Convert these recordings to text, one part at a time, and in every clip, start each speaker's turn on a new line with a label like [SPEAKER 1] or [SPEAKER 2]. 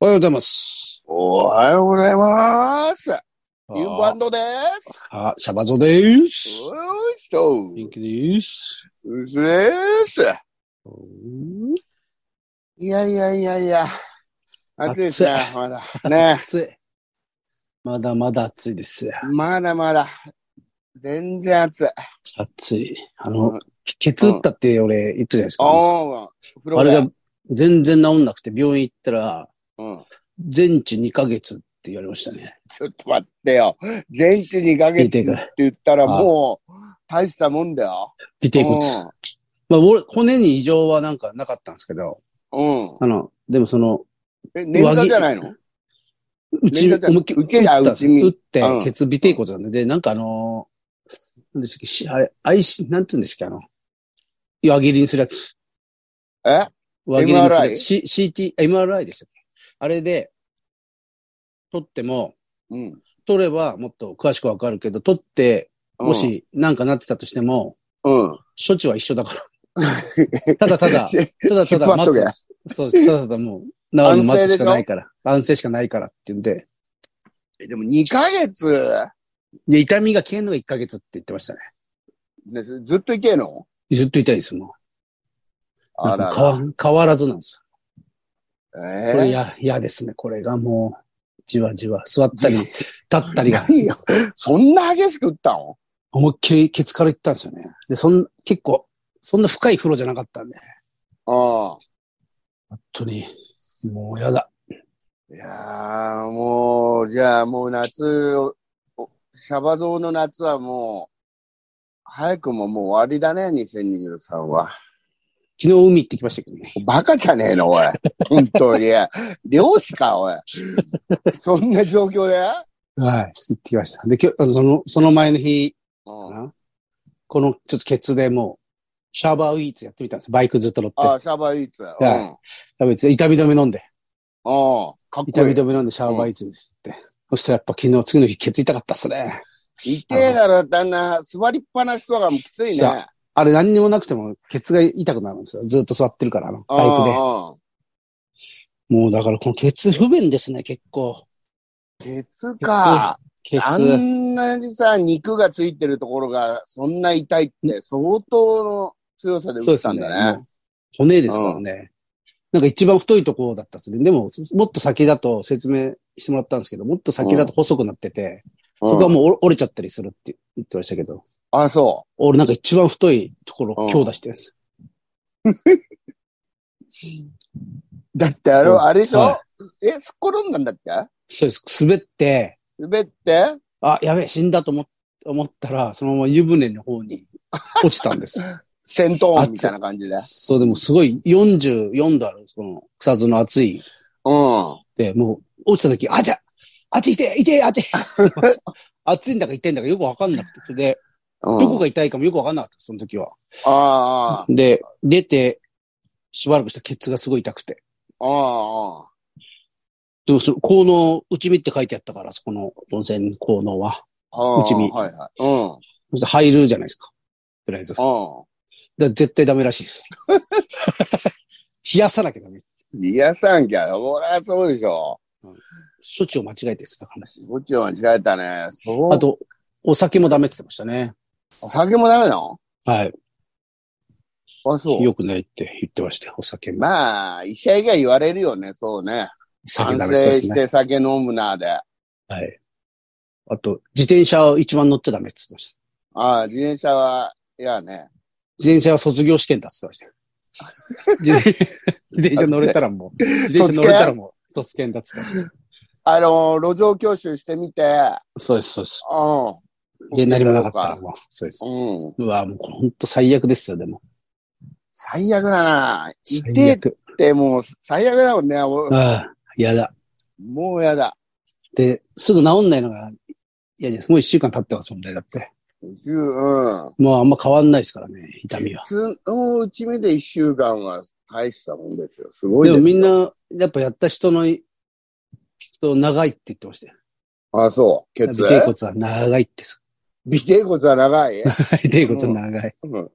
[SPEAKER 1] おはようございます。
[SPEAKER 2] おはようございます。インバウンドで。
[SPEAKER 1] あ、シャバゾですす。
[SPEAKER 2] うっしょ
[SPEAKER 1] 元気です。
[SPEAKER 2] うっすです。いやいやいやいや。暑いですね、まだ。ね
[SPEAKER 1] 暑い。まだまだ暑いです。
[SPEAKER 2] まだまだ。全然暑い。
[SPEAKER 1] 暑い。あ
[SPEAKER 2] う
[SPEAKER 1] の
[SPEAKER 2] ん、
[SPEAKER 1] ケツ打ったって俺言ったじゃないですか。
[SPEAKER 2] おー、風呂
[SPEAKER 1] あれ
[SPEAKER 2] で
[SPEAKER 1] が全然治んなくて病院行ったら、
[SPEAKER 2] うん。
[SPEAKER 1] 全治2ヶ月って言われましたね。
[SPEAKER 2] ちょっと待ってよ。全治2ヶ
[SPEAKER 1] 尾
[SPEAKER 2] 月って
[SPEAKER 1] て骨。
[SPEAKER 2] 言ったら
[SPEAKER 1] あ
[SPEAKER 2] もう、大したもんだよ。
[SPEAKER 1] 尾て骨。まあ、俺、骨に異常はなんかなかったんですけど、
[SPEAKER 2] うん。うん。
[SPEAKER 1] あの、でもその、
[SPEAKER 2] え、捻挫じゃないの
[SPEAKER 1] うち、
[SPEAKER 2] 捻挫じゃん
[SPEAKER 1] 思いっきり打
[SPEAKER 2] 受けりゃ
[SPEAKER 1] ったんですよ
[SPEAKER 2] 内に
[SPEAKER 1] 打って
[SPEAKER 2] う、ん
[SPEAKER 1] ケツ尾て骨なんで、で、なんかあのー、なんですっけし、あれ、愛し、なんて言うんですっけ、あの、輪切りにするやつ。
[SPEAKER 2] え
[SPEAKER 1] 輪切りにするやつ。C、CT、MRI ですよ。あれで、取っても、
[SPEAKER 2] うん。
[SPEAKER 1] 取ればもっと詳しくわかるけど、取って、
[SPEAKER 2] うん
[SPEAKER 1] も、しなんかなってたとしても、
[SPEAKER 2] うん。
[SPEAKER 1] 処置は一緒だから。 ただた だ、ただた
[SPEAKER 2] 引っ張
[SPEAKER 1] だ
[SPEAKER 2] っと
[SPEAKER 1] 待
[SPEAKER 2] け
[SPEAKER 1] つ。そうです。ただただもう、治るの待つしかないから。安静しかないからって言うんで。
[SPEAKER 2] えでも2ヶ月
[SPEAKER 1] で、痛みが消えるのが1ヶ月って言ってましたね。
[SPEAKER 2] ですずっといけんの
[SPEAKER 1] ずっと痛いです、もう。
[SPEAKER 2] あら
[SPEAKER 1] なんか変わ変わらずなんです。これ
[SPEAKER 2] え
[SPEAKER 1] や、嫌ですね。これがもう、じわじわ、座った り、立ったり
[SPEAKER 2] ー、
[SPEAKER 1] が、
[SPEAKER 2] 何よ。そんな激しく打ったの
[SPEAKER 1] 思いっきりケツからいったんですよね。で、そん、結構、そんな深い風呂じゃなかったんで、
[SPEAKER 2] あ
[SPEAKER 1] 本当に、もうやだ。
[SPEAKER 2] あ。いやー、もう、じゃあもう夏を、おシャバゾウの夏はもう、早くももう終わりだね、2023は。
[SPEAKER 1] 昨日海行ってきましたけどね。
[SPEAKER 2] バカじゃねえの、おい。本当に。漁師か、おい。そんな状況で
[SPEAKER 1] はい。行ってきました。で、今日、あのその、その前の日、
[SPEAKER 2] うん。
[SPEAKER 1] このちょっとケツでもう、シャーバーウィーツやってみたんです。バイクずっと乗って。
[SPEAKER 2] ああ、シャバイーツ。うん。
[SPEAKER 1] いやべ痛み止め飲んで。
[SPEAKER 2] うん。かっ
[SPEAKER 1] 痛
[SPEAKER 2] こい
[SPEAKER 1] み
[SPEAKER 2] い。
[SPEAKER 1] 止め飲んでシャーバーウィーツって。そしたらやっぱ昨日、次の日ケツ痛かったっすね。
[SPEAKER 2] 痛えだろ、旦那。座りっぱなしとかもきつい
[SPEAKER 1] そ
[SPEAKER 2] ね
[SPEAKER 1] う。あれ何にもなくてもケツが痛くなるんですよ。ずっと座ってるから、あの、バイクで。
[SPEAKER 2] イ
[SPEAKER 1] もうだからこのケツ不便ですね、結構。
[SPEAKER 2] クで。鉄か。
[SPEAKER 1] ケ
[SPEAKER 2] あ
[SPEAKER 1] ツ。
[SPEAKER 2] んなにさ、肉がついてるところが、そんな痛いって、相当の強さで
[SPEAKER 1] そ
[SPEAKER 2] 打
[SPEAKER 1] うで
[SPEAKER 2] っ
[SPEAKER 1] す
[SPEAKER 2] たん
[SPEAKER 1] ね。
[SPEAKER 2] だね。
[SPEAKER 1] もう骨ですからね。なんか一番太いところだったっすね。でも、もっと先だと説明してもらったんですけど、もっと先だと細くなってて、
[SPEAKER 2] うん
[SPEAKER 1] そこはもう折折れちゃったりするって言ってましたけど。
[SPEAKER 2] あ、そ
[SPEAKER 1] 俺なんか一番太いところ
[SPEAKER 2] うん
[SPEAKER 1] 強打してるんです。
[SPEAKER 2] う。だってあれ、
[SPEAKER 1] うん
[SPEAKER 2] あれでしょ、
[SPEAKER 1] は
[SPEAKER 2] え、すっ転んだんだって
[SPEAKER 1] そうです。滑って、
[SPEAKER 2] 滑って
[SPEAKER 1] あ、やべえ、死んだと思っ思ったら、そのまま湯船の方に落ちたんです。
[SPEAKER 2] 戦闘音みたいな感じで。
[SPEAKER 1] そう、でもすごい44度ある、その草津の暑い。
[SPEAKER 2] うん。
[SPEAKER 1] で、もう落ちた時、あちゃあっち痛い痛いあっち 暑いんだか痛いんだかよくわかんなくて、それで、
[SPEAKER 2] うん、
[SPEAKER 1] どこが痛いかもよくわかんなかった、その時は。
[SPEAKER 2] ああ、
[SPEAKER 1] で、出て、しばらくしたらケツがすごい痛くて。
[SPEAKER 2] ああ、ああ。
[SPEAKER 1] でもその、効能、内身って書いてあったから、そこの温泉効能は。
[SPEAKER 2] ああ
[SPEAKER 1] うちに
[SPEAKER 2] はいはい。うん。うん。
[SPEAKER 1] そして入るじゃないですか。とりあえず。だから絶対ダメらしいです。 冷やさなきゃダメ。
[SPEAKER 2] 癒さんきゃ、ほら、そうでしょ。
[SPEAKER 1] 処置を間違えてです。だからね
[SPEAKER 2] こっちは間違えたね。そう。
[SPEAKER 1] あと、お酒もダメって言ってましたね。
[SPEAKER 2] お酒もダメなの
[SPEAKER 1] はい。
[SPEAKER 2] あ、そう。
[SPEAKER 1] よくないって言ってましたよ。お酒も。
[SPEAKER 2] まあ、医者以外言われるよね、そうね。
[SPEAKER 1] 酒
[SPEAKER 2] 反
[SPEAKER 1] ダ
[SPEAKER 2] 省
[SPEAKER 1] メそうです
[SPEAKER 2] し
[SPEAKER 1] ね。
[SPEAKER 2] て酒飲むなで。
[SPEAKER 1] はい。あと、自転車を一番乗っちゃダメって言ってました。
[SPEAKER 2] ああ、自転車は、いやね。
[SPEAKER 1] 自転車は卒業試験だって言ってましたよ。自転自転車乗れたらもう、自転車乗れたらもう、卒検だって言ってまし
[SPEAKER 2] あの、路上教習してみて、
[SPEAKER 1] た。そうです、そうです。
[SPEAKER 2] うん。
[SPEAKER 1] で、何もなかったらもう、そうです。
[SPEAKER 2] うん。
[SPEAKER 1] うわ、もうほんと最悪ですよ、でも。
[SPEAKER 2] 最悪だな。い
[SPEAKER 1] 最
[SPEAKER 2] てっ
[SPEAKER 1] 悪。
[SPEAKER 2] てもう最悪だもんね。お
[SPEAKER 1] ああ、嫌だ。
[SPEAKER 2] もうやだ。
[SPEAKER 1] で、すぐ治んないのが嫌です。もう一週間経ってますもんね、だって。
[SPEAKER 2] 一週うん。
[SPEAKER 1] もうあんま変わんないですからね、痛みは。
[SPEAKER 2] 普通のうち目で一週間は大したもんですよ。すごい
[SPEAKER 1] で
[SPEAKER 2] です
[SPEAKER 1] も
[SPEAKER 2] よ。
[SPEAKER 1] みん。な、やっぱやった人の、聞くと長いって言ってましたよ。
[SPEAKER 2] あ、そう。
[SPEAKER 1] 尾
[SPEAKER 2] 血
[SPEAKER 1] てい
[SPEAKER 2] 液。
[SPEAKER 1] 骨は長いって さ。
[SPEAKER 2] 尾てい骨は長い。
[SPEAKER 1] 尾てい骨は長い。
[SPEAKER 2] うん。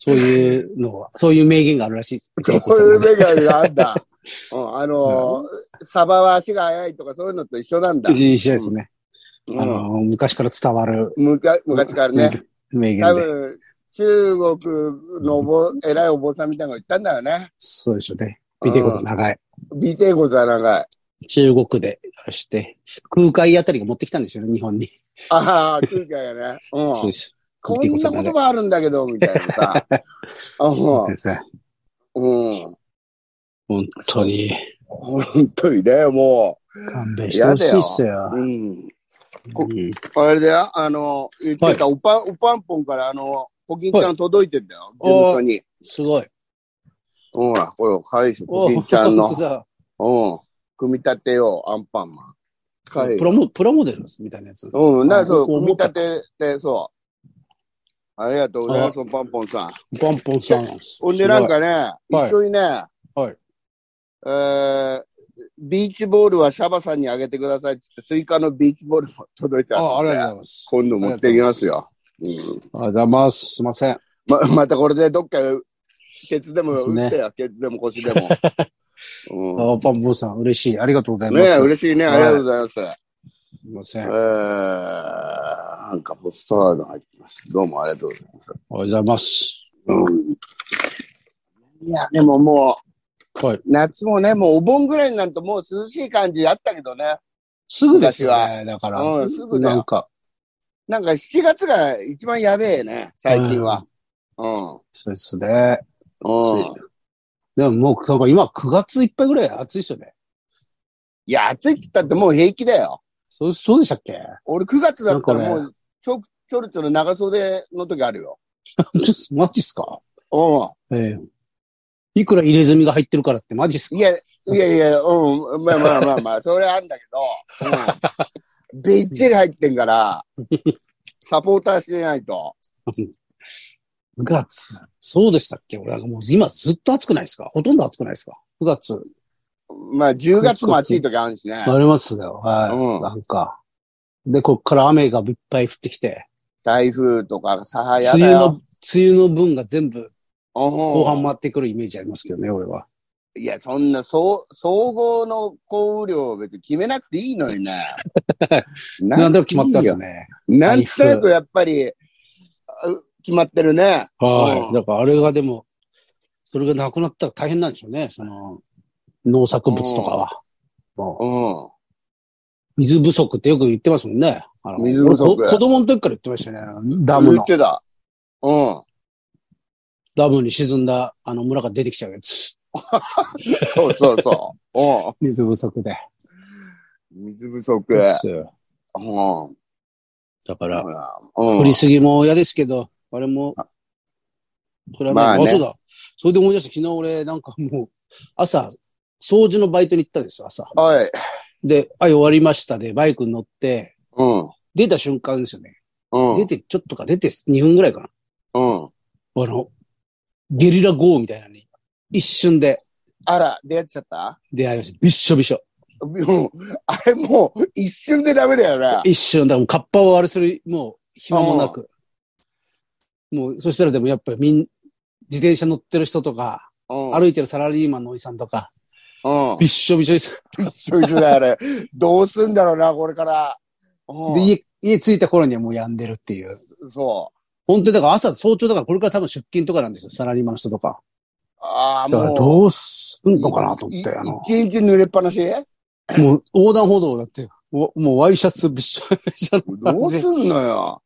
[SPEAKER 1] そういうのは、そういう名言があるらしいです。尾てい
[SPEAKER 2] こう
[SPEAKER 1] 骨
[SPEAKER 2] い
[SPEAKER 1] は
[SPEAKER 2] う
[SPEAKER 1] 長い
[SPEAKER 2] 目があんだ。うん、あのー、サバは足が速いとかそういうのと一緒なんだ。
[SPEAKER 1] 一緒ですね。
[SPEAKER 2] うん
[SPEAKER 1] あの、昔から伝わる
[SPEAKER 2] むか昔からね。
[SPEAKER 1] 名
[SPEAKER 2] 多
[SPEAKER 1] 言で。
[SPEAKER 2] 分、中国のお坊、偉いお坊さんみたいなのが言ったんだよね。
[SPEAKER 1] そうでしょうね。見てこそ
[SPEAKER 2] うん
[SPEAKER 1] 長い。
[SPEAKER 2] 尾てい骨は長い。
[SPEAKER 1] 中国でして、空海あたりが持ってきたんですよね、日本に。
[SPEAKER 2] ああ、空海やね。うん。
[SPEAKER 1] そうです。
[SPEAKER 2] こんな言葉あるんだけど、みたいな さ。
[SPEAKER 1] でさ
[SPEAKER 2] うん。うん。
[SPEAKER 1] 本当に、
[SPEAKER 2] 本当にね、も
[SPEAKER 1] 勘弁してほしいっすよ。
[SPEAKER 2] う。うん。こ
[SPEAKER 1] うん
[SPEAKER 2] あれだよ、あの、言ってた、おぱん、おぱんぽんから、あの、コキンちゃん届いてんだよ、
[SPEAKER 1] はい
[SPEAKER 2] 事務所に。
[SPEAKER 1] すごい。
[SPEAKER 2] ほら、これ、はい、コキンちゃん
[SPEAKER 1] お
[SPEAKER 2] の
[SPEAKER 1] 本、当だ
[SPEAKER 2] うん。組み立てよう、アンパンマン。はい
[SPEAKER 1] プ。ロモ、プロモデルみたいなやつ。
[SPEAKER 2] うん、な、そう、
[SPEAKER 1] こう
[SPEAKER 2] 組み
[SPEAKER 1] 思っちゃ
[SPEAKER 2] 立
[SPEAKER 1] って
[SPEAKER 2] て、そう。ありがとうございます、パンポンさん。
[SPEAKER 1] ポンポンさんなんです。
[SPEAKER 2] ほんで、なんかね、
[SPEAKER 1] はい
[SPEAKER 2] 一緒にね、
[SPEAKER 1] はい
[SPEAKER 2] えー、ビーチボールはシャバさんにあげてくださいってって、スイカのビーチボールも届い
[SPEAKER 1] す
[SPEAKER 2] た
[SPEAKER 1] ごい。あ、あ
[SPEAKER 2] ん
[SPEAKER 1] り
[SPEAKER 2] で
[SPEAKER 1] がとうございます。
[SPEAKER 2] 今度持ってきますよ。うん、
[SPEAKER 1] ありがとうございます。すいません。
[SPEAKER 2] ままたこれでどっかケツでも
[SPEAKER 1] ですね
[SPEAKER 2] 打ってや、ケツでも腰で も、う
[SPEAKER 1] あ、パンポンさん、嬉しい。ありがとうござい
[SPEAKER 2] ん、
[SPEAKER 1] ます。
[SPEAKER 2] ねえ嬉しいねありがとうございます、
[SPEAKER 1] すいません。
[SPEAKER 2] え
[SPEAKER 1] あ
[SPEAKER 2] ーな
[SPEAKER 1] りがとう、
[SPEAKER 2] んかポスターが入ってますどうもありがとうございます、
[SPEAKER 1] ございます。
[SPEAKER 2] うん、いやでももう
[SPEAKER 1] はい。
[SPEAKER 2] 夏もね、もうお盆ぐらいになるともう涼しい感じあったけどね。
[SPEAKER 1] すぐですよね。だから。
[SPEAKER 2] うん、すぐだ
[SPEAKER 1] なん
[SPEAKER 2] よ。
[SPEAKER 1] か、
[SPEAKER 2] なんか7月が一番やべえね、最近は。うん。
[SPEAKER 1] そうですね。
[SPEAKER 2] うん。
[SPEAKER 1] 暑いでももう、なんか今9月いっぱいぐらい暑いっすよね。
[SPEAKER 2] いや、暑いって言ったってもう平気だよ。
[SPEAKER 1] そう、そうでしたっけ
[SPEAKER 2] 俺9月だったら
[SPEAKER 1] なん
[SPEAKER 2] も
[SPEAKER 1] かね
[SPEAKER 2] うちょ、ちょろちょろ長袖の時あるよ。
[SPEAKER 1] マジっすか
[SPEAKER 2] う
[SPEAKER 1] ええいくら入れ墨が入ってるからってマジっすか
[SPEAKER 2] ん。いや、いやいや、うん。まあまあまあ まあ、それあんだけど。うん。びっちり入ってんから、サポーターしてないと。
[SPEAKER 1] 9月。そうでしたっけ俺なんかもう今ずっと暑くないですかほとんど暑くないですか ?9 月。
[SPEAKER 2] まあ10月も暑い時あるしね。
[SPEAKER 1] ありますよ。 はい。
[SPEAKER 2] うん
[SPEAKER 1] なんか。で、こっから雨がいっぱい降ってきて、
[SPEAKER 2] 台風とか、さはや
[SPEAKER 1] 梅
[SPEAKER 2] だ
[SPEAKER 1] 雨
[SPEAKER 2] よ。
[SPEAKER 1] の、梅雨の分が全部後
[SPEAKER 2] 後
[SPEAKER 1] 半回ってくるイメージありますけどね、俺は。
[SPEAKER 2] いや、そんな、そう、総合の降雨量を別に決めなくていいのに ね。
[SPEAKER 1] なんとなく決まったん
[SPEAKER 2] ん
[SPEAKER 1] ですす
[SPEAKER 2] ね。
[SPEAKER 1] ね。
[SPEAKER 2] なんとなくやっぱり、あ決まってるね。
[SPEAKER 1] は
[SPEAKER 2] うん
[SPEAKER 1] い。だからあれがでも、それがなくなったら大変なんでしょうね、その、農作物とかは。も
[SPEAKER 2] う
[SPEAKER 1] う水不足ってよく言ってますもんね。あの
[SPEAKER 2] 水不足
[SPEAKER 1] 俺こ子供の時から言ってましたね。ダ
[SPEAKER 2] ん。
[SPEAKER 1] ム
[SPEAKER 2] 言
[SPEAKER 1] の
[SPEAKER 2] っ、てた。うん。
[SPEAKER 1] ダムに沈んだ、あの村が出てきちゃうやつ。
[SPEAKER 2] そうそう そう。う
[SPEAKER 1] 水不足で。
[SPEAKER 2] ん。水不足。うん。
[SPEAKER 1] ですよ
[SPEAKER 2] ほ
[SPEAKER 1] だから、
[SPEAKER 2] らうん
[SPEAKER 1] 降りすぎも嫌ですけど、あれも、これはね、
[SPEAKER 2] まあ
[SPEAKER 1] あ
[SPEAKER 2] ね
[SPEAKER 1] そうだ。それで思い出した、昨日俺、なんかもう、朝、掃除のバイトに行ったんですよ、朝。
[SPEAKER 2] はい。
[SPEAKER 1] で、はい、終わりましたで、バイクに乗って、
[SPEAKER 2] うん。
[SPEAKER 1] 出た瞬間ですよね。
[SPEAKER 2] うん。
[SPEAKER 1] 出て、ちょっとか、出て2分ぐらいかな。
[SPEAKER 2] うん。
[SPEAKER 1] あの、ゲリラ豪雨みたいなのに、一瞬で
[SPEAKER 2] あら、出会っちゃった
[SPEAKER 1] 出会いました。びっしょびしょ。
[SPEAKER 2] うんあれもう、一瞬でダメだよね。
[SPEAKER 1] 一瞬、だからもうカッパをあれする、もう、暇もなく。もう、そしたらでもやっぱりみん、自転車乗ってる人とか、
[SPEAKER 2] うん。
[SPEAKER 1] 歩いてるサラリーマンのおじさんとか、
[SPEAKER 2] うん。
[SPEAKER 1] びっしょびしょです。
[SPEAKER 2] そいつだよ、あれ。どうすんだろうな、これから。うん
[SPEAKER 1] で、家、家着いた頃にはもう病んでるっていう。
[SPEAKER 2] そ
[SPEAKER 1] 本当にだから朝、早朝だからこれから多分出勤とかなんですよ、サラリーマンの人とか。
[SPEAKER 2] う。ああ、
[SPEAKER 1] だから
[SPEAKER 2] もう。
[SPEAKER 1] どうすんのかなと思って、あの、
[SPEAKER 2] 一日濡れっぱなし
[SPEAKER 1] もう横断歩道だって、もうもうワイシャツびっしょびしょの
[SPEAKER 2] ど
[SPEAKER 1] 感
[SPEAKER 2] う
[SPEAKER 1] じ
[SPEAKER 2] す
[SPEAKER 1] で。
[SPEAKER 2] んのよ。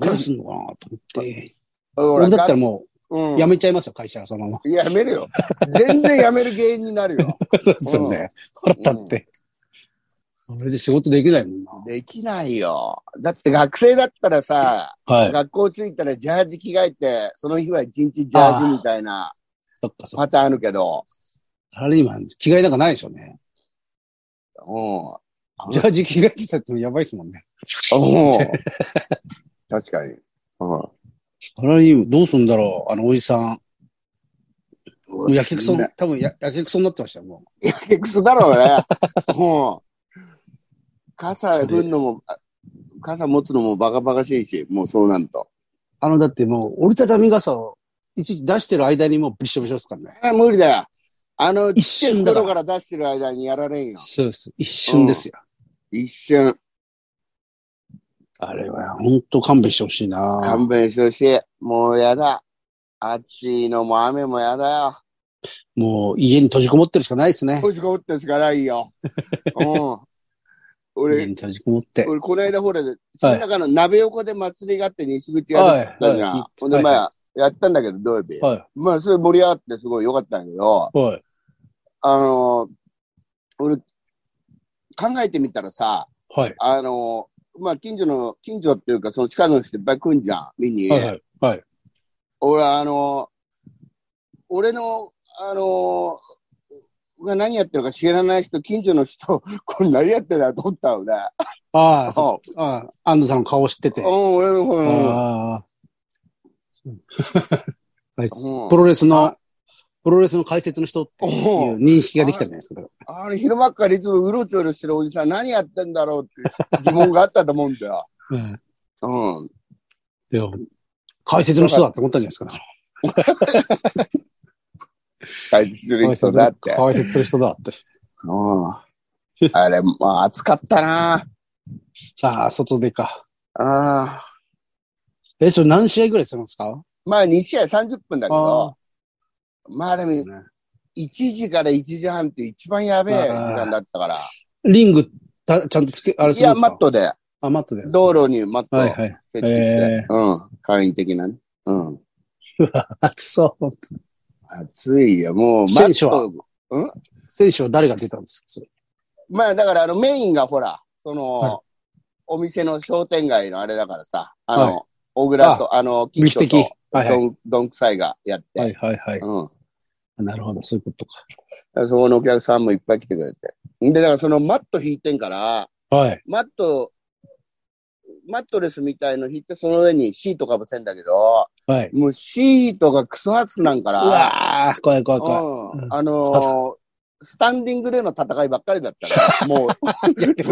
[SPEAKER 1] どうすんのかなと思って。
[SPEAKER 2] 俺
[SPEAKER 1] 俺だったらも
[SPEAKER 2] う、
[SPEAKER 1] うん辞
[SPEAKER 2] や
[SPEAKER 1] めちゃいますよ、会社そのまま。
[SPEAKER 2] めるよ。全然やめる原因になる よ。
[SPEAKER 1] そうですよね。腹立って。それで仕事できないもんな。
[SPEAKER 2] できないよ。だって学生だったらさ、
[SPEAKER 1] はい。
[SPEAKER 2] 学校着いたらジャージ着替えて、その日は一日ジャージみたいな
[SPEAKER 1] そっかそっか。
[SPEAKER 2] パターンあるけど。
[SPEAKER 1] サラリーマン、着替えなんかないでしょうね。
[SPEAKER 2] うん。
[SPEAKER 1] ジャージ着替えてたってもやばいですもんね。
[SPEAKER 2] うん。確かに。うん。
[SPEAKER 1] サラリーマン、どうすんだろうあの、おじさん。もうやけくそ、多分や、やけくそになってましたよ、も
[SPEAKER 2] やけくそだろうね。もう、傘振るのも、あ傘持つのもバカバカしいし、もうそうなんと。
[SPEAKER 1] う。あの、だってもう、折りたたみ傘を、いちいち出してる間にもうびっしょびしょですからね。
[SPEAKER 2] あ無理だよ。あの、
[SPEAKER 1] 一瞬だか
[SPEAKER 2] ち
[SPEAKER 1] ら
[SPEAKER 2] っちゃい頃から出してる間にやられんよ。
[SPEAKER 1] そうです。一瞬ですよ。
[SPEAKER 2] 一瞬、
[SPEAKER 1] あれは、本当勘弁してほしいな
[SPEAKER 2] 勘弁してほしい。もうやだ。暑いのも雨もやだよ。
[SPEAKER 1] もう、家に閉じこもってるしかないですね。
[SPEAKER 2] 閉じこもってしかない よ。うん。
[SPEAKER 1] 家
[SPEAKER 2] 俺、
[SPEAKER 1] に閉じこもって。
[SPEAKER 2] 俺、この間ほら、その中の鍋横で祭りがあって西口やったじゃん。
[SPEAKER 1] はい
[SPEAKER 2] ほんで、
[SPEAKER 1] はい
[SPEAKER 2] まあ、やったんだけど、土曜日。
[SPEAKER 1] は
[SPEAKER 2] まあ、それ盛り上がってすごい良かったんだけど、
[SPEAKER 1] い。はい。
[SPEAKER 2] あのー俺、考えてみたらさ、
[SPEAKER 1] はい。
[SPEAKER 2] あのーまあ、近所の、近所っていうか、その近くの人いっぱい来んじゃん、見に。
[SPEAKER 1] はい。はい。はい。
[SPEAKER 2] 俺、あのー俺の、あのーが何やってるか知らない人、近所の人、これ何やってんだと思ったのね。
[SPEAKER 1] ああ、そう
[SPEAKER 2] う
[SPEAKER 1] ああ、安藤さんの顔知ってて。
[SPEAKER 2] ん、俺の方の、
[SPEAKER 1] ああ。そうあいつ
[SPEAKER 2] うん
[SPEAKER 1] プロレスの
[SPEAKER 2] あ、
[SPEAKER 1] プロレスの解説の人っていう認識ができたじゃないですか。だか
[SPEAKER 2] あの、昼間っからいつもうろちょろしてるおじさん、何やってんだろうっていう疑問があったと思うんだよ。
[SPEAKER 1] らうん
[SPEAKER 2] うん。
[SPEAKER 1] いや解説の人だって思ったんじゃないですか。だか
[SPEAKER 2] 解説す
[SPEAKER 1] ら
[SPEAKER 2] る人だって。
[SPEAKER 1] 解説する人だって。
[SPEAKER 2] うん。あれ、まあ、暑かったな
[SPEAKER 1] さあ、外でか。
[SPEAKER 2] ああ。
[SPEAKER 1] え、それ何試合ぐらいするんですか
[SPEAKER 2] まあ、2試合30分だけど、まあでも、
[SPEAKER 1] ね
[SPEAKER 2] 1時から1時半って一番やべえ時間だったから。
[SPEAKER 1] リング、たちゃんとつけ、あれ
[SPEAKER 2] い
[SPEAKER 1] するん
[SPEAKER 2] や、
[SPEAKER 1] ですか
[SPEAKER 2] マットで、
[SPEAKER 1] あ、マットで。
[SPEAKER 2] 道路にマットを
[SPEAKER 1] はい
[SPEAKER 2] 設
[SPEAKER 1] はい。
[SPEAKER 2] 置して、
[SPEAKER 1] え
[SPEAKER 2] うん、簡易的なね。うん。
[SPEAKER 1] 暑そう。
[SPEAKER 2] 暑いよ、もう、マ
[SPEAKER 1] 選手
[SPEAKER 2] ッ
[SPEAKER 1] は
[SPEAKER 2] ト。
[SPEAKER 1] 選手は誰が出たんですかそれ
[SPEAKER 2] まあ、だから、あの、メインがほら、その、
[SPEAKER 1] はい
[SPEAKER 2] お店の商店街のあれだからさ、あの、
[SPEAKER 1] は
[SPEAKER 2] 小倉と、あの、金所
[SPEAKER 1] 劇的
[SPEAKER 2] と、
[SPEAKER 1] はいはい
[SPEAKER 2] どん、どんくさいがやって、
[SPEAKER 1] はいはいはい。
[SPEAKER 2] うん。
[SPEAKER 1] なるほど、そういうことか。
[SPEAKER 2] そこのお客さんもいっぱい来てくれて。んで、だからそのマット引いてんから、
[SPEAKER 1] はい。
[SPEAKER 2] マット、マットレスみたいの引いて、その上にシートかぶせんだけど、
[SPEAKER 1] はい。
[SPEAKER 2] もうシートがクソ熱くなんか
[SPEAKER 1] う
[SPEAKER 2] ら、
[SPEAKER 1] わー、怖い怖い怖い。
[SPEAKER 2] う、
[SPEAKER 1] うんん
[SPEAKER 2] あのー スタンディングでの戦いばっかりだったから、も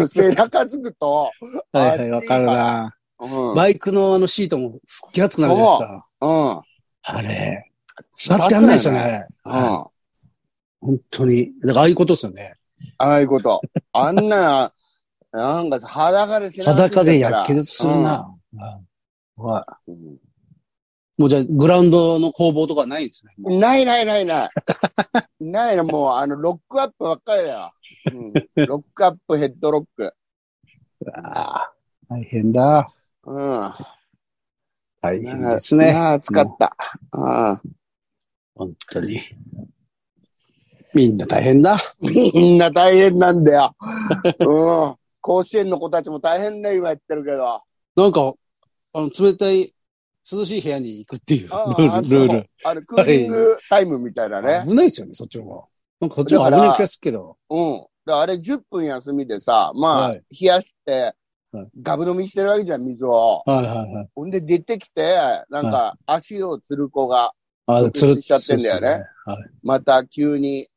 [SPEAKER 2] う、背中つくと、
[SPEAKER 1] はいはい、わかるな。
[SPEAKER 2] うん、
[SPEAKER 1] バイクのあのシートもすっげえ熱くなるじゃないですか。
[SPEAKER 2] うん、うん。
[SPEAKER 1] あれ、座ってやんないですよね。はい
[SPEAKER 2] あ
[SPEAKER 1] 本当に。だからああいうことですよね。
[SPEAKER 2] あいうこと。あんな、なんかさ裸で背中ついて
[SPEAKER 1] 裸で
[SPEAKER 2] たから
[SPEAKER 1] やけどする。な。うん怖い
[SPEAKER 2] うん
[SPEAKER 1] もうじゃあ、グラウンドの攻防とかないんですね。もう
[SPEAKER 2] ないないないない。ないの、もう、あの、ロックアップばっかりだよ。うん、ロックアップ、ヘッドロック。
[SPEAKER 1] あー大変だ。
[SPEAKER 2] うん。
[SPEAKER 1] 大変ですね。
[SPEAKER 2] ああ、暑かった。ああ。
[SPEAKER 1] 本当に。みんな大変だ。
[SPEAKER 2] みんな大変なんだよ。うん。甲子園の子たちも大変ね、今やってるけど。あ
[SPEAKER 1] なんか、あの、冷たい、涼しい部屋に行くっていうル
[SPEAKER 2] あ
[SPEAKER 1] ール、ルール。
[SPEAKER 2] あの、クーリングタイムみたいなね。
[SPEAKER 1] 危ないですよね、そっちの方が。なんかそっちの方が危ない気がするけど。
[SPEAKER 2] うん。だからあれ10分休みでさ、まあ、
[SPEAKER 1] はい
[SPEAKER 2] 冷やして
[SPEAKER 1] はい、
[SPEAKER 2] ガブ飲みしてるわけじゃん、水を。
[SPEAKER 1] はいはいはい。
[SPEAKER 2] ほんで出てきて、なんか足をつる子が、
[SPEAKER 1] あ
[SPEAKER 2] 独
[SPEAKER 1] つ
[SPEAKER 2] 立
[SPEAKER 1] る
[SPEAKER 2] しちゃってんだよね
[SPEAKER 1] そうですはい。
[SPEAKER 2] また急に、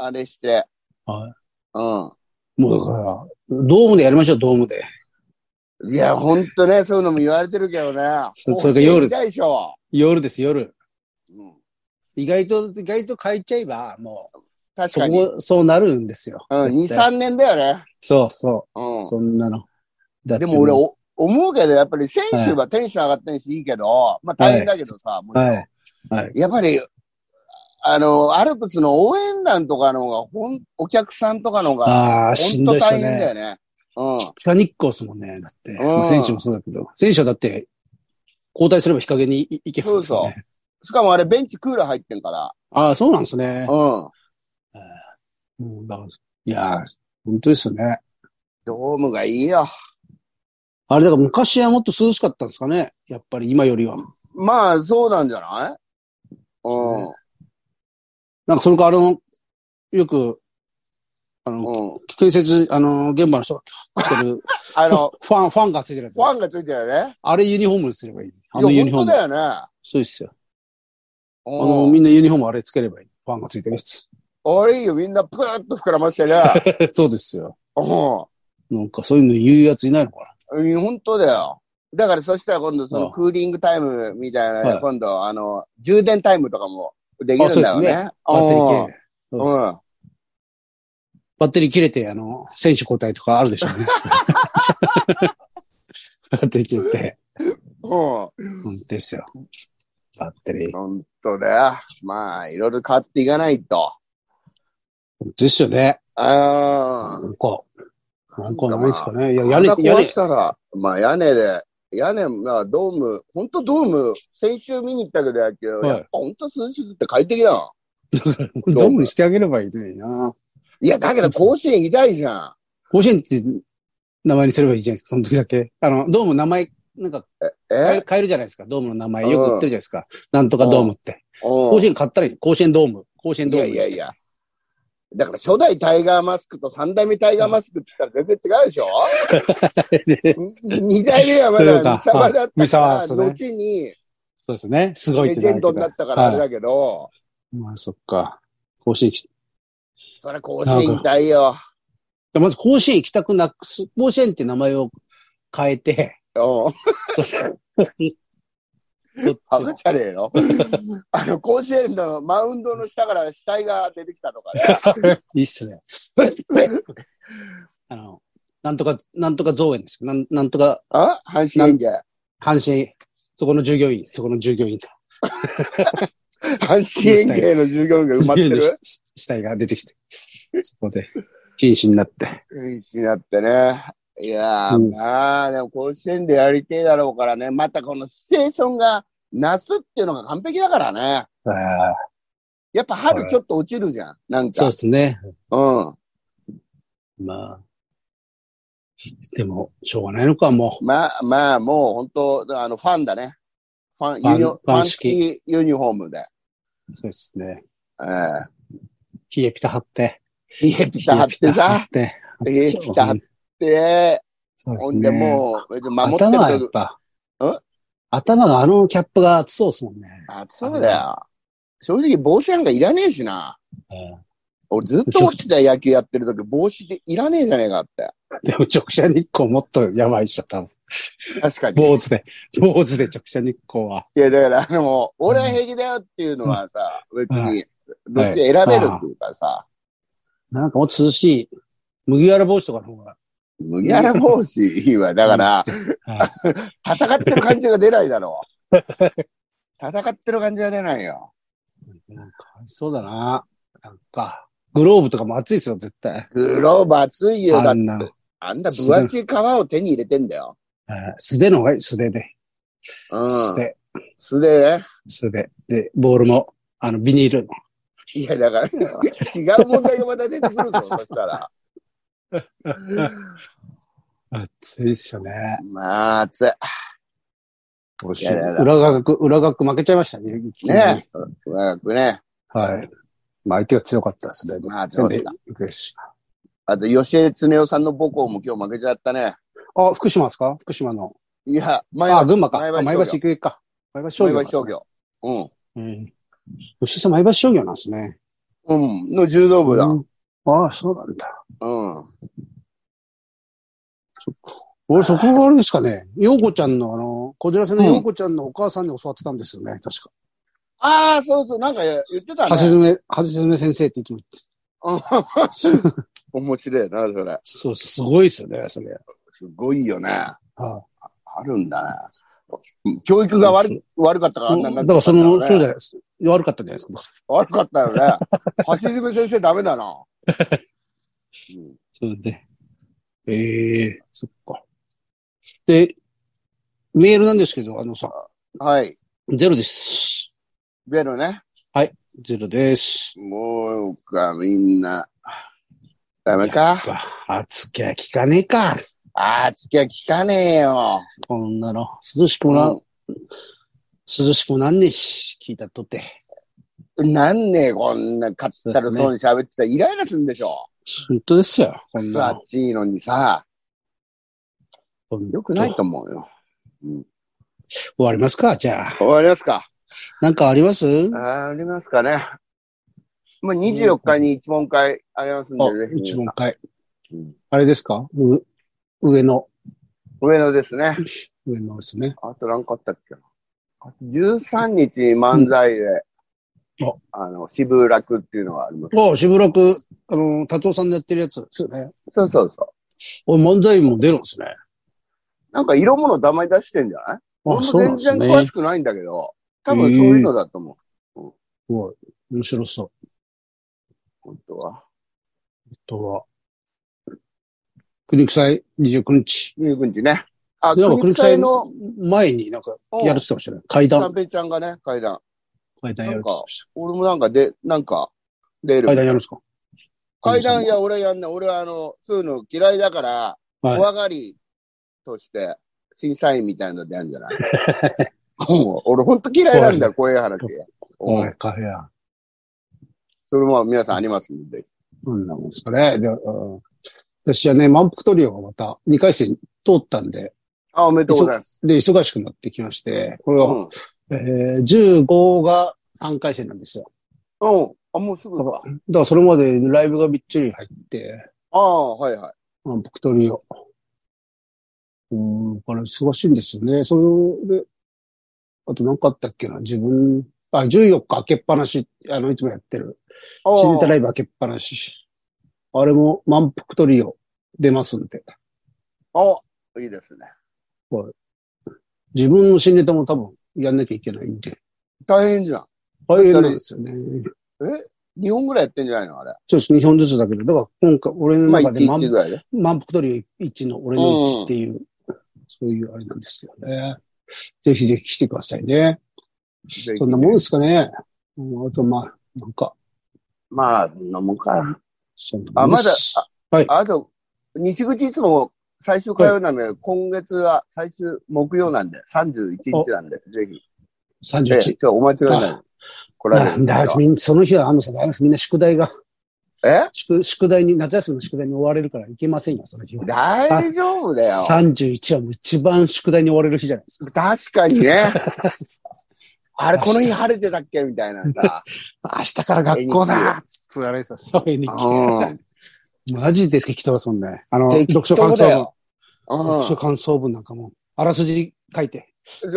[SPEAKER 2] あれして、
[SPEAKER 1] は
[SPEAKER 2] うん。
[SPEAKER 1] い。もうだから、ドームでやりましょう、ドームで。
[SPEAKER 2] いや、ほんとね、そういうのも言われてるけどね。
[SPEAKER 1] そそれが夜で
[SPEAKER 2] もうでき
[SPEAKER 1] す
[SPEAKER 2] ないでしょ。
[SPEAKER 1] 夜です、夜。
[SPEAKER 2] うん、
[SPEAKER 1] 意外と、意外と変えちゃえば、もう、
[SPEAKER 2] 確
[SPEAKER 1] そ
[SPEAKER 2] かに。
[SPEAKER 1] こ、そうなるんですよ。
[SPEAKER 2] うん、2、
[SPEAKER 1] 絶対
[SPEAKER 2] 3年だよね。
[SPEAKER 1] そうそうう。
[SPEAKER 2] ん。
[SPEAKER 1] そんなの。だって
[SPEAKER 2] でも俺、お思うけど、やっぱり選手はテンション上がってんし、いいけど、まあ大変だけどさ、もちろん
[SPEAKER 1] はい。はい。
[SPEAKER 2] やっぱり、あの、アルプスの応援団とかの方が、ほん、お客さんとかの方が、
[SPEAKER 1] ああ、し
[SPEAKER 2] ほ
[SPEAKER 1] ん
[SPEAKER 2] ん
[SPEAKER 1] ど
[SPEAKER 2] と
[SPEAKER 1] いっす
[SPEAKER 2] 大
[SPEAKER 1] よ
[SPEAKER 2] 変だ
[SPEAKER 1] ね。
[SPEAKER 2] よね。うん。
[SPEAKER 1] 日陰っこですもんね。だって。
[SPEAKER 2] うん
[SPEAKER 1] まあ選手もそうだけど。選手はだって、交代すれば日陰にい行けばいいですよ
[SPEAKER 2] そう
[SPEAKER 1] ね。
[SPEAKER 2] しかもあれ、ベンチクーラー入ってんから。
[SPEAKER 1] ああ、そうなんですね。
[SPEAKER 2] うん。
[SPEAKER 1] うん、だからいやー、本当ですよね。
[SPEAKER 2] ドームがいいよ。
[SPEAKER 1] あれだから昔はもっと涼しかったんですかね。やっぱり今よりは。
[SPEAKER 2] まあ、そうなんじゃないう
[SPEAKER 1] ねなんかそれかあの、よく、あの、
[SPEAKER 2] ん。うん。
[SPEAKER 1] 建設、あの、現場の人が着てる、
[SPEAKER 2] あ
[SPEAKER 1] フ
[SPEAKER 2] の、
[SPEAKER 1] ァン、ファンがついてるやつ
[SPEAKER 2] フ。ァンがついてるよね。
[SPEAKER 1] あれユニフォームにすればいい。あの
[SPEAKER 2] い
[SPEAKER 1] ユ
[SPEAKER 2] や、
[SPEAKER 1] ニフォー
[SPEAKER 2] 本当
[SPEAKER 1] ム。
[SPEAKER 2] だよね。あ
[SPEAKER 1] そうですよ。あの、みんなユニフォームあれつければいい。ファンがついてるやつ。
[SPEAKER 2] あれいいよ、みんなプーッと膨らましてね。
[SPEAKER 1] そうですよ。
[SPEAKER 2] う
[SPEAKER 1] なんかそういうの言うやついないのか
[SPEAKER 2] ん。本当だよ。だから、そしたら今度、そ
[SPEAKER 1] うん
[SPEAKER 2] のクーリングタイムみたいな、
[SPEAKER 1] はい
[SPEAKER 2] 今度、あの、充電タイムとかもできるんだよね。
[SPEAKER 1] あそうです
[SPEAKER 2] うん
[SPEAKER 1] な。バッテリー系。そう
[SPEAKER 2] う
[SPEAKER 1] です
[SPEAKER 2] ん。
[SPEAKER 1] バッテリー切れて、あの、選手交代とかあるでしょう ね。バッテリー切れて。
[SPEAKER 2] うん。
[SPEAKER 1] うん、ですよ。バッテリー。
[SPEAKER 2] 本当だよ。まあ、いろいろ買っていかないと。
[SPEAKER 1] ですよね。
[SPEAKER 2] ああ。
[SPEAKER 1] なんか、なんかないですかね。いや、
[SPEAKER 2] 屋
[SPEAKER 1] 屋
[SPEAKER 2] 根
[SPEAKER 1] 根、屋
[SPEAKER 2] 壊
[SPEAKER 1] 根
[SPEAKER 2] し、たら、まあ屋根で、屋根、まあドーム、本当ドーム、先週見に行ったけど野球、
[SPEAKER 1] はい
[SPEAKER 2] やっぱ本当涼しくて快適だな。
[SPEAKER 1] ドームにしてあげればいいのにな。
[SPEAKER 2] いや、だけど甲子園行きたいじゃん。
[SPEAKER 1] 甲子園って名前にすればいいじゃないですか、その時だけ。あの、ドーム名前、なんか変え
[SPEAKER 2] え
[SPEAKER 1] る変えるじゃないですか、ドームの名前。よく売ってるじゃないですか。なんとかドームって。
[SPEAKER 2] 甲
[SPEAKER 1] 甲子園買ったらいい。甲子園ドーム。甲子園
[SPEAKER 2] い
[SPEAKER 1] ドー
[SPEAKER 2] や
[SPEAKER 1] ムに
[SPEAKER 2] い
[SPEAKER 1] して
[SPEAKER 2] やいや。だから初代タイガーマスクと三代目タイガーマスクって言ったら全然違うでしょ 二代目はま
[SPEAKER 1] そう
[SPEAKER 2] だ三沢だ
[SPEAKER 1] か
[SPEAKER 2] ったか
[SPEAKER 1] はい
[SPEAKER 2] ら、
[SPEAKER 1] 三沢です
[SPEAKER 2] 後に
[SPEAKER 1] そうですね。すごい
[SPEAKER 2] レ
[SPEAKER 1] っ
[SPEAKER 2] ジ
[SPEAKER 1] て
[SPEAKER 2] ェ
[SPEAKER 1] な
[SPEAKER 2] ン
[SPEAKER 1] る
[SPEAKER 2] ド
[SPEAKER 1] け
[SPEAKER 2] にな
[SPEAKER 1] ど
[SPEAKER 2] ったからあれだけど、
[SPEAKER 1] まあ、そっか。甲子園来
[SPEAKER 2] そりゃ甲子園行きたいよ。
[SPEAKER 1] まず甲子園行きたくなくす、甲子園って名前を変えて、
[SPEAKER 2] うん。
[SPEAKER 1] そしてそっち
[SPEAKER 2] バカ
[SPEAKER 1] の
[SPEAKER 2] じゃねえ のあの、甲子園のマウンドの下から死体が出てきたとかね。
[SPEAKER 1] いいっすね。 あの、なんとか、なんとか造園ですなんなんとか、
[SPEAKER 2] あ阪神園芸。
[SPEAKER 1] 阪神、そこの従業員、そこの従業員が。
[SPEAKER 2] 阪神園芸の従業員が埋まってる
[SPEAKER 1] し死体が出てきて、そこで、禁止になって。
[SPEAKER 2] うん死になってね。いやー、
[SPEAKER 1] うん
[SPEAKER 2] まあ、でも甲子園でやりてえだろうからね。またこのシチュエーションが、夏っていうのが完璧だからね。
[SPEAKER 1] ああ
[SPEAKER 2] やっぱ春ちょっと落ちるじゃん。なん
[SPEAKER 1] そ
[SPEAKER 2] か。
[SPEAKER 1] うですね。
[SPEAKER 2] うん。
[SPEAKER 1] まあ。でも、しょうがないのか、もう。
[SPEAKER 2] まあ、まあ、もう本当あの、ファンだね。ファン、
[SPEAKER 1] フ
[SPEAKER 2] ユ
[SPEAKER 1] ァン
[SPEAKER 2] ニフ
[SPEAKER 1] ファ
[SPEAKER 2] ァ
[SPEAKER 1] ン
[SPEAKER 2] ン
[SPEAKER 1] 式
[SPEAKER 2] 式ユニフォームで。
[SPEAKER 1] そうですね。
[SPEAKER 2] え
[SPEAKER 1] 冷えピタ貼って。
[SPEAKER 2] え冷えピタ貼ってさ。
[SPEAKER 1] 冷え
[SPEAKER 2] 冷 えピ
[SPEAKER 1] ピ
[SPEAKER 2] タ
[SPEAKER 1] タ
[SPEAKER 2] 貼
[SPEAKER 1] 貼
[SPEAKER 2] っ
[SPEAKER 1] って。
[SPEAKER 2] て、
[SPEAKER 1] そうで
[SPEAKER 2] ほ
[SPEAKER 1] す
[SPEAKER 2] んで
[SPEAKER 1] ね。
[SPEAKER 2] もう、別に守って
[SPEAKER 1] 頭はや
[SPEAKER 2] る
[SPEAKER 1] っ
[SPEAKER 2] と
[SPEAKER 1] ぱ
[SPEAKER 2] ん、
[SPEAKER 1] 頭があのキャップが熱そうですもんね。
[SPEAKER 2] あ、そうだよ。正直帽子なんかいらねえしな。
[SPEAKER 1] う
[SPEAKER 2] 俺ずっと起きてた野球やってる時帽子でいらねえじゃねえかって。
[SPEAKER 1] んでも直射日光もっとやばいっしょ、多分。
[SPEAKER 2] 確かに。
[SPEAKER 1] 坊主で、坊主で直射日光は。
[SPEAKER 2] いや、だから、あの、もう俺は平気だよっていうのはさ、別に、どっち選べるっていうかさ、
[SPEAKER 1] なんかもう涼しい。麦わら帽子とかの方が。
[SPEAKER 2] 麦わら帽子いいわ。だから、
[SPEAKER 1] はい、
[SPEAKER 2] 戦ってる感じが出ないだろう。戦ってる感じが出ないよ。
[SPEAKER 1] なんかかわいそうだな。なんか、グローブとかも暑いですよ、絶対。
[SPEAKER 2] グローブ熱いよ。だ
[SPEAKER 1] あ
[SPEAKER 2] っ
[SPEAKER 1] ん
[SPEAKER 2] て、
[SPEAKER 1] なの。
[SPEAKER 2] あんな分厚い皮を手に入れてんだよ。
[SPEAKER 1] はい素手の方がいい、素手で。
[SPEAKER 2] うん。
[SPEAKER 1] 素手、
[SPEAKER 2] 素手ね。
[SPEAKER 1] 素手。で、ボールも、あの、ビニールの。
[SPEAKER 2] いや、だから、違う問題がまた出てくるぞ、そしたら。
[SPEAKER 1] 暑いっすよね。
[SPEAKER 2] まあ、暑い。いやいやいや
[SPEAKER 1] 裏学、裏学負けちゃいましたね。
[SPEAKER 2] ねえ。我が国ね。
[SPEAKER 1] はい。まあ相手が強かったですね。
[SPEAKER 2] まあそうだ
[SPEAKER 1] 仙台育英し
[SPEAKER 2] あと、吉江恒夫さんの母校も今日負けちゃったね。
[SPEAKER 1] あ、福島ですか福島の。
[SPEAKER 2] いや、前
[SPEAKER 1] あ、群馬か。
[SPEAKER 2] 前
[SPEAKER 1] 前
[SPEAKER 2] 橋
[SPEAKER 1] 橋
[SPEAKER 2] 商業
[SPEAKER 1] 育英か。前橋商
[SPEAKER 2] 前
[SPEAKER 1] 業
[SPEAKER 2] 橋
[SPEAKER 1] か。
[SPEAKER 2] 商業。うん。
[SPEAKER 1] うん。吉井さん前橋商業なんですね。
[SPEAKER 2] うん。の柔道部だ。
[SPEAKER 1] うんああ、そうなんだ。
[SPEAKER 2] うん。
[SPEAKER 1] 俺そこがあれですかね。陽子ちゃんのあの、こじらせの陽子ちゃんのお母さんに教わってたんですよね。確か。
[SPEAKER 2] ああ、そうそう、なんか言ってた
[SPEAKER 1] 橋
[SPEAKER 2] ね。
[SPEAKER 1] 爪、橋爪先生っていつも言って。
[SPEAKER 2] うん 面白いな、それ。
[SPEAKER 1] そう、すごいですよね、それ。
[SPEAKER 2] すごいよね。
[SPEAKER 1] は
[SPEAKER 2] あるんだね。うん教育が悪い悪かったからあんなにな
[SPEAKER 1] だ
[SPEAKER 2] っ
[SPEAKER 1] から
[SPEAKER 2] ちゃ
[SPEAKER 1] そ
[SPEAKER 2] った
[SPEAKER 1] の、そうじゃ
[SPEAKER 2] ね
[SPEAKER 1] ないです。悪かったじゃないですか。
[SPEAKER 2] 悪かったよね。橋爪先生ダメだな。 うん
[SPEAKER 1] それで。ええそっか。で、メールなんですけど、あのさ、
[SPEAKER 2] はい。
[SPEAKER 1] ゼロです。
[SPEAKER 2] ベロね。
[SPEAKER 1] ゼロです。
[SPEAKER 2] もうか、みんな。ダメか。
[SPEAKER 1] あつきゃ聞かねえか。
[SPEAKER 2] ああ、つきは聞かねえよ。
[SPEAKER 1] こんなの。涼しくもな、
[SPEAKER 2] うん
[SPEAKER 1] 涼しくもなんねえし、聞いたとって。
[SPEAKER 2] なんねえ、こんな、かったるそうに喋ってたらイライラするんでしょ。
[SPEAKER 1] 本当ですよ。こん
[SPEAKER 2] くそあ
[SPEAKER 1] な
[SPEAKER 2] っちいいのにさ。
[SPEAKER 1] の。
[SPEAKER 2] よくないと思うよ。
[SPEAKER 1] 終わりますかじゃあ。
[SPEAKER 2] 終わりますか。
[SPEAKER 1] なんかありますあ、
[SPEAKER 2] ありますかね。まあ、24日に一問会ありますんで、ぜひ
[SPEAKER 1] 一問会
[SPEAKER 2] うん。
[SPEAKER 1] あれですかう上の、
[SPEAKER 2] 上野ですね。
[SPEAKER 1] 上のですね。
[SPEAKER 2] あと何かあったっけな。あと13日に漫才で、あの、渋楽っていうのがあります。
[SPEAKER 1] ああ、渋楽、あの、達夫さんでやってるやつですよね。
[SPEAKER 2] そうそうそ
[SPEAKER 1] お漫才も出るんですね。
[SPEAKER 2] う。なんか色物黙り出してんじゃない
[SPEAKER 1] あ、
[SPEAKER 2] 俺
[SPEAKER 1] そうなん
[SPEAKER 2] も
[SPEAKER 1] です
[SPEAKER 2] 全然
[SPEAKER 1] ね
[SPEAKER 2] 詳。しくないんだけど、多分そういうのだと思う。
[SPEAKER 1] すごい。面白そう。
[SPEAKER 2] 本当は。
[SPEAKER 1] あとは。国臭二29日。
[SPEAKER 2] 29日ね。あ、
[SPEAKER 1] なんか
[SPEAKER 2] 国
[SPEAKER 1] 国
[SPEAKER 2] 際
[SPEAKER 1] 際
[SPEAKER 2] の
[SPEAKER 1] の、前になんかやるって言ってましたね。階
[SPEAKER 2] 三
[SPEAKER 1] 段、
[SPEAKER 2] 平ちゃんがね、階段。
[SPEAKER 1] 階段やるって言ってまし
[SPEAKER 2] 俺もなんかで、なんか、出
[SPEAKER 1] た。
[SPEAKER 2] る。
[SPEAKER 1] 階段やるんですか
[SPEAKER 2] 階段、い
[SPEAKER 1] や
[SPEAKER 2] や、俺やんない。俺はあの、そういうの嫌いだから、
[SPEAKER 1] はい
[SPEAKER 2] 怖がりとして、審査員みたいなのでやるんじゃないもう俺ほんと嫌いなんだよ、こういう話。う
[SPEAKER 1] お
[SPEAKER 2] ん
[SPEAKER 1] い、カフェや。
[SPEAKER 2] それも皆さんありますんで。
[SPEAKER 1] なんなもんですかね。で、うん私はね、満腹トリオがまた2回戦通ったんで、
[SPEAKER 2] あ、おめでとうございます。
[SPEAKER 1] で、忙しくなってきまして、これ
[SPEAKER 2] う
[SPEAKER 1] は、
[SPEAKER 2] ん。
[SPEAKER 1] えー、15が3回戦なんですよ。
[SPEAKER 2] うん。あ、もうすぐ
[SPEAKER 1] だか
[SPEAKER 2] か。
[SPEAKER 1] ら、だからそれまでライブがびっちり入って、
[SPEAKER 2] ああ、はいはい。
[SPEAKER 1] 満腹トリオ。うん、これ忙しいんですよね。それで、あと何かあったっけな、自分、あ、14日開けっぱなし、あの、いつもやってる。
[SPEAKER 2] ああ
[SPEAKER 1] 新ネタライブ開けっぱなし。あれも満腹トリオ出ますんで。
[SPEAKER 2] あ、いいですね。
[SPEAKER 1] 自分の新ネタも多分やんなきゃいけないんで。
[SPEAKER 2] 大変じゃん。
[SPEAKER 1] 大変なんですよね。
[SPEAKER 2] え日本ぐらいやってんじゃないのあれ。
[SPEAKER 1] そうですね、2本ずつだけど。だから今回、俺の
[SPEAKER 2] まあ、
[SPEAKER 1] 中
[SPEAKER 2] 1
[SPEAKER 1] で満
[SPEAKER 2] 日ぐらいで。
[SPEAKER 1] 満腹トリオ1の俺の1っていう、そういうあれなんですけどね。ぜひぜひ来てくださいね。
[SPEAKER 2] ぜひ
[SPEAKER 1] そんなもんですかね。うんあと、まあ、なんか、
[SPEAKER 2] まあ、そんなもんか。
[SPEAKER 1] そんな
[SPEAKER 2] あ、
[SPEAKER 1] もん
[SPEAKER 2] まだ
[SPEAKER 1] です。、
[SPEAKER 2] ああと、西口いつも最終火曜なんで、今月は最終木曜なんで、31日なんで、ぜひ。ええ、
[SPEAKER 1] 31。
[SPEAKER 2] ちょ、お間違いない
[SPEAKER 1] あ。
[SPEAKER 2] 来られ
[SPEAKER 1] な
[SPEAKER 2] る
[SPEAKER 1] んだ、みんその日は、あのさ、みんな宿題が、
[SPEAKER 2] え
[SPEAKER 1] 宿宿題に、夏休みの宿題に追われるから行けませんよ、その日は。
[SPEAKER 2] 大丈夫だよ。
[SPEAKER 1] 31はもう一番宿題に追われる日じゃないですか。
[SPEAKER 2] 確かに ね。あれ、
[SPEAKER 1] 明日
[SPEAKER 2] この日晴れてたっけみたいなさ。
[SPEAKER 1] 明日から学校だつられてた。そういう日
[SPEAKER 2] うん。
[SPEAKER 1] マジで適当だ、そんな。あの、
[SPEAKER 2] 適当
[SPEAKER 1] 読書感想
[SPEAKER 2] だ
[SPEAKER 1] 文
[SPEAKER 2] よ。うん
[SPEAKER 1] 読書感想文なんかも、あらすじ書いて。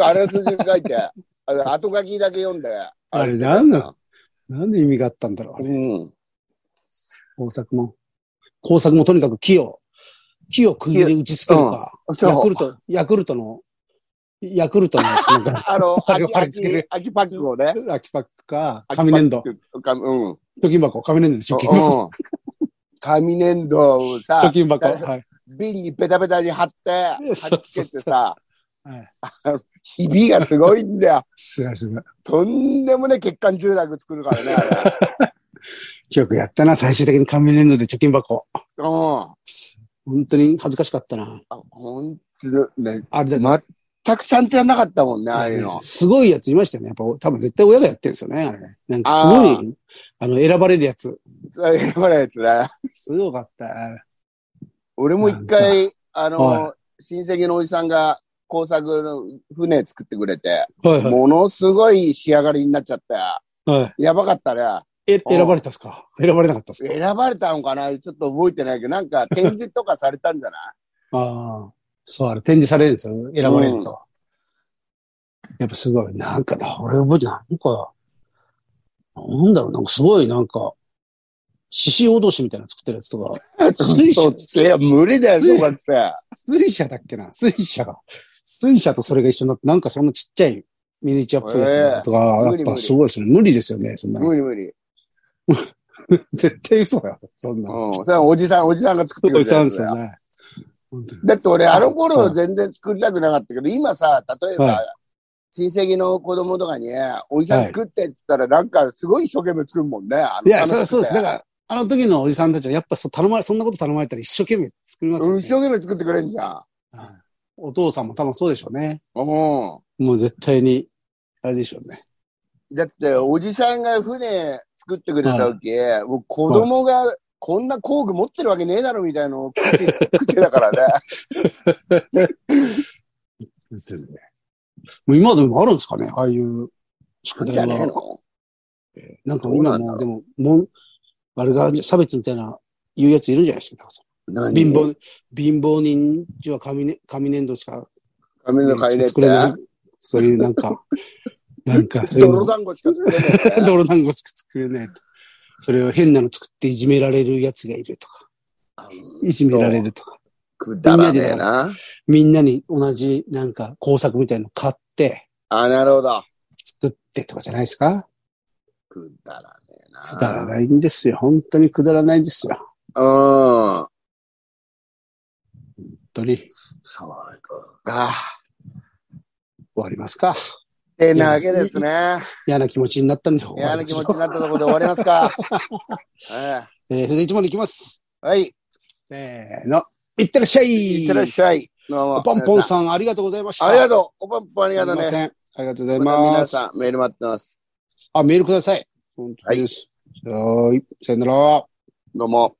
[SPEAKER 2] あれ筋書いて、あ れ後書きだけ読んで。
[SPEAKER 1] あれなんなのなんで意味があったんだろう。
[SPEAKER 2] うん。
[SPEAKER 1] 工作も。工作もとにかく木を、木を釘で打ちつけるか、ヤク
[SPEAKER 2] そう
[SPEAKER 1] ルト、ヤクルトの、ヤクルトの、なんか、
[SPEAKER 2] あの、
[SPEAKER 1] あれを
[SPEAKER 2] 秋
[SPEAKER 1] 貼り付ける
[SPEAKER 2] 秋秋パックをね。
[SPEAKER 1] 空きパックか、紙粘土
[SPEAKER 2] 秋、パック。うん。
[SPEAKER 1] 貯金箱、紙粘土でしょ、貯金箱。
[SPEAKER 2] うん紙粘土を
[SPEAKER 1] 貯
[SPEAKER 2] さ、
[SPEAKER 1] 金箱。
[SPEAKER 2] だから
[SPEAKER 1] はい。
[SPEAKER 2] 瓶にペタペタに貼って、貼
[SPEAKER 1] そうそうそう
[SPEAKER 2] っつけてさ
[SPEAKER 1] はい、
[SPEAKER 2] あのひびがすごいんだよ。
[SPEAKER 1] すごいすごい。
[SPEAKER 2] とんでもね、血管住宅作るからねあれ。
[SPEAKER 1] よくやったな、最終的に紙粘土で貯金箱。
[SPEAKER 2] うん。あ
[SPEAKER 1] 本当に恥ずかしかったな。
[SPEAKER 2] ほんとね、
[SPEAKER 1] あれだ
[SPEAKER 2] 全くちゃんとやんなかったもんね、ああいうの。
[SPEAKER 1] すごいやついましたよね。やっぱ、多分絶対親がやってるんですよね、あれ。なんかすご
[SPEAKER 2] あ
[SPEAKER 1] い、あの、選ばれるやつ。
[SPEAKER 2] そういうのやつね。
[SPEAKER 1] すごかった。
[SPEAKER 2] 俺も一回、あ
[SPEAKER 1] は
[SPEAKER 2] の、親戚のおじさんが工作の船作ってくれて、
[SPEAKER 1] はいは い。
[SPEAKER 2] ものすごい仕上がりになっちゃった
[SPEAKER 1] はい、
[SPEAKER 2] やばかったね。
[SPEAKER 1] え、選ばれたっすか選ばれなかったっすか
[SPEAKER 2] 選ばれたのかなちょっと覚えてないけど、なんか展示とかされたんじゃない
[SPEAKER 1] ああ。そう、あれ展示されるんですよ。選ばれると。やっぱすごい。なんかだ、俺覚えてない。なんか、なんだろう、なんかすごい、なんか、獅子おどしみたいなの作ってるやつとか、 水車
[SPEAKER 2] そういや、無理だよ、小学生。
[SPEAKER 1] 水車だっけな水車が。水車とそれが一緒になって、なんかそんなちっちゃいミニチュアっぽいやつとか、
[SPEAKER 2] え
[SPEAKER 1] やっぱすごいですね。無理ですよね、そんなの。
[SPEAKER 2] 無理無理。
[SPEAKER 1] 絶対嘘だよ、そんなの。
[SPEAKER 2] うん。それはおじさん、おじさんが作ってく
[SPEAKER 1] お
[SPEAKER 2] れ
[SPEAKER 1] じ
[SPEAKER 2] た
[SPEAKER 1] さん
[SPEAKER 2] や
[SPEAKER 1] で
[SPEAKER 2] つ
[SPEAKER 1] す
[SPEAKER 2] だよ
[SPEAKER 1] よね。本当に
[SPEAKER 2] だって俺、あの頃
[SPEAKER 1] うん
[SPEAKER 2] 全然作りたくなかったけど、今さ、例えば、
[SPEAKER 1] は
[SPEAKER 2] 親戚の子供とかに、おじさ
[SPEAKER 1] は
[SPEAKER 2] ん
[SPEAKER 1] い
[SPEAKER 2] 作ってって言ったら、なんかすごい一生懸命作るもんね。あの
[SPEAKER 1] いや、
[SPEAKER 2] あの
[SPEAKER 1] そうそうです。
[SPEAKER 2] 作
[SPEAKER 1] だ
[SPEAKER 2] って
[SPEAKER 1] から、あの時のおじさんたちは、やっぱそう頼まれ、そんなこと頼まれたら一生懸命作ります
[SPEAKER 2] うん
[SPEAKER 1] よ
[SPEAKER 2] 一
[SPEAKER 1] ね。
[SPEAKER 2] 生懸命作ってくれんじゃん。
[SPEAKER 1] はいお父さんも多分そうでしょうね。
[SPEAKER 2] う
[SPEAKER 1] もう絶対に、あれでしょうね。
[SPEAKER 2] ん。だって、おじさんが船作ってくれた時、僕子供がこんな工具持ってるわけねえだろみたいなのを作ってた からね。
[SPEAKER 1] ですよね。もう今でもあるんですかね、ああいう宿題
[SPEAKER 2] じゃ
[SPEAKER 1] は。
[SPEAKER 2] ねえの
[SPEAKER 1] なんか今
[SPEAKER 2] どうなんだろ
[SPEAKER 1] もう、
[SPEAKER 2] う
[SPEAKER 1] でも、もう、あれが差別みたいな、言うやついるんじゃないですか。
[SPEAKER 2] 何
[SPEAKER 1] 貧乏、貧乏人じは紙ね紙粘土しか
[SPEAKER 2] 紙の買い入れ
[SPEAKER 1] 作
[SPEAKER 2] て
[SPEAKER 1] れ。ない。そういうなんか、なんか、そういう
[SPEAKER 2] 泥
[SPEAKER 1] の。
[SPEAKER 2] 団子しか作れないから。
[SPEAKER 1] 泥団子作れないと。それを変なの作っていじめられるやつがいるとか、いじめられるとか。
[SPEAKER 2] くだらねえな。
[SPEAKER 1] みんなに同じなんか工作みたいの買って、
[SPEAKER 2] あ、なるほど。
[SPEAKER 1] 作ってとかじゃないですか
[SPEAKER 2] くだらねえな。
[SPEAKER 1] くだらないんですよ。本当にくだらないですよ。
[SPEAKER 2] う
[SPEAKER 1] 本
[SPEAKER 2] ん。
[SPEAKER 1] 当に。終
[SPEAKER 2] そうか。
[SPEAKER 1] わりますか。
[SPEAKER 2] ってなわけですね。
[SPEAKER 1] 嫌な気持ちになったんで終わ
[SPEAKER 2] 嫌
[SPEAKER 1] り
[SPEAKER 2] な
[SPEAKER 1] ま
[SPEAKER 2] 気
[SPEAKER 1] しょ
[SPEAKER 2] 持
[SPEAKER 1] う
[SPEAKER 2] ちになったところで終わりますか。え
[SPEAKER 1] えー、それでは一問でいきます。
[SPEAKER 2] えはい。
[SPEAKER 1] せーの。いってらっしゃい。
[SPEAKER 2] いってらっしゃい。どうも。
[SPEAKER 1] ポンポンさん、ありがとうございました。
[SPEAKER 2] ありがとう。おぱんぽんありがとう
[SPEAKER 1] すいま
[SPEAKER 2] ね。
[SPEAKER 1] せん。ありがとうござい
[SPEAKER 2] また
[SPEAKER 1] ま
[SPEAKER 2] 皆
[SPEAKER 1] す。
[SPEAKER 2] さんメール待ってます。
[SPEAKER 1] あ、メールください。本当です。はーい。さよなら。
[SPEAKER 2] どうも。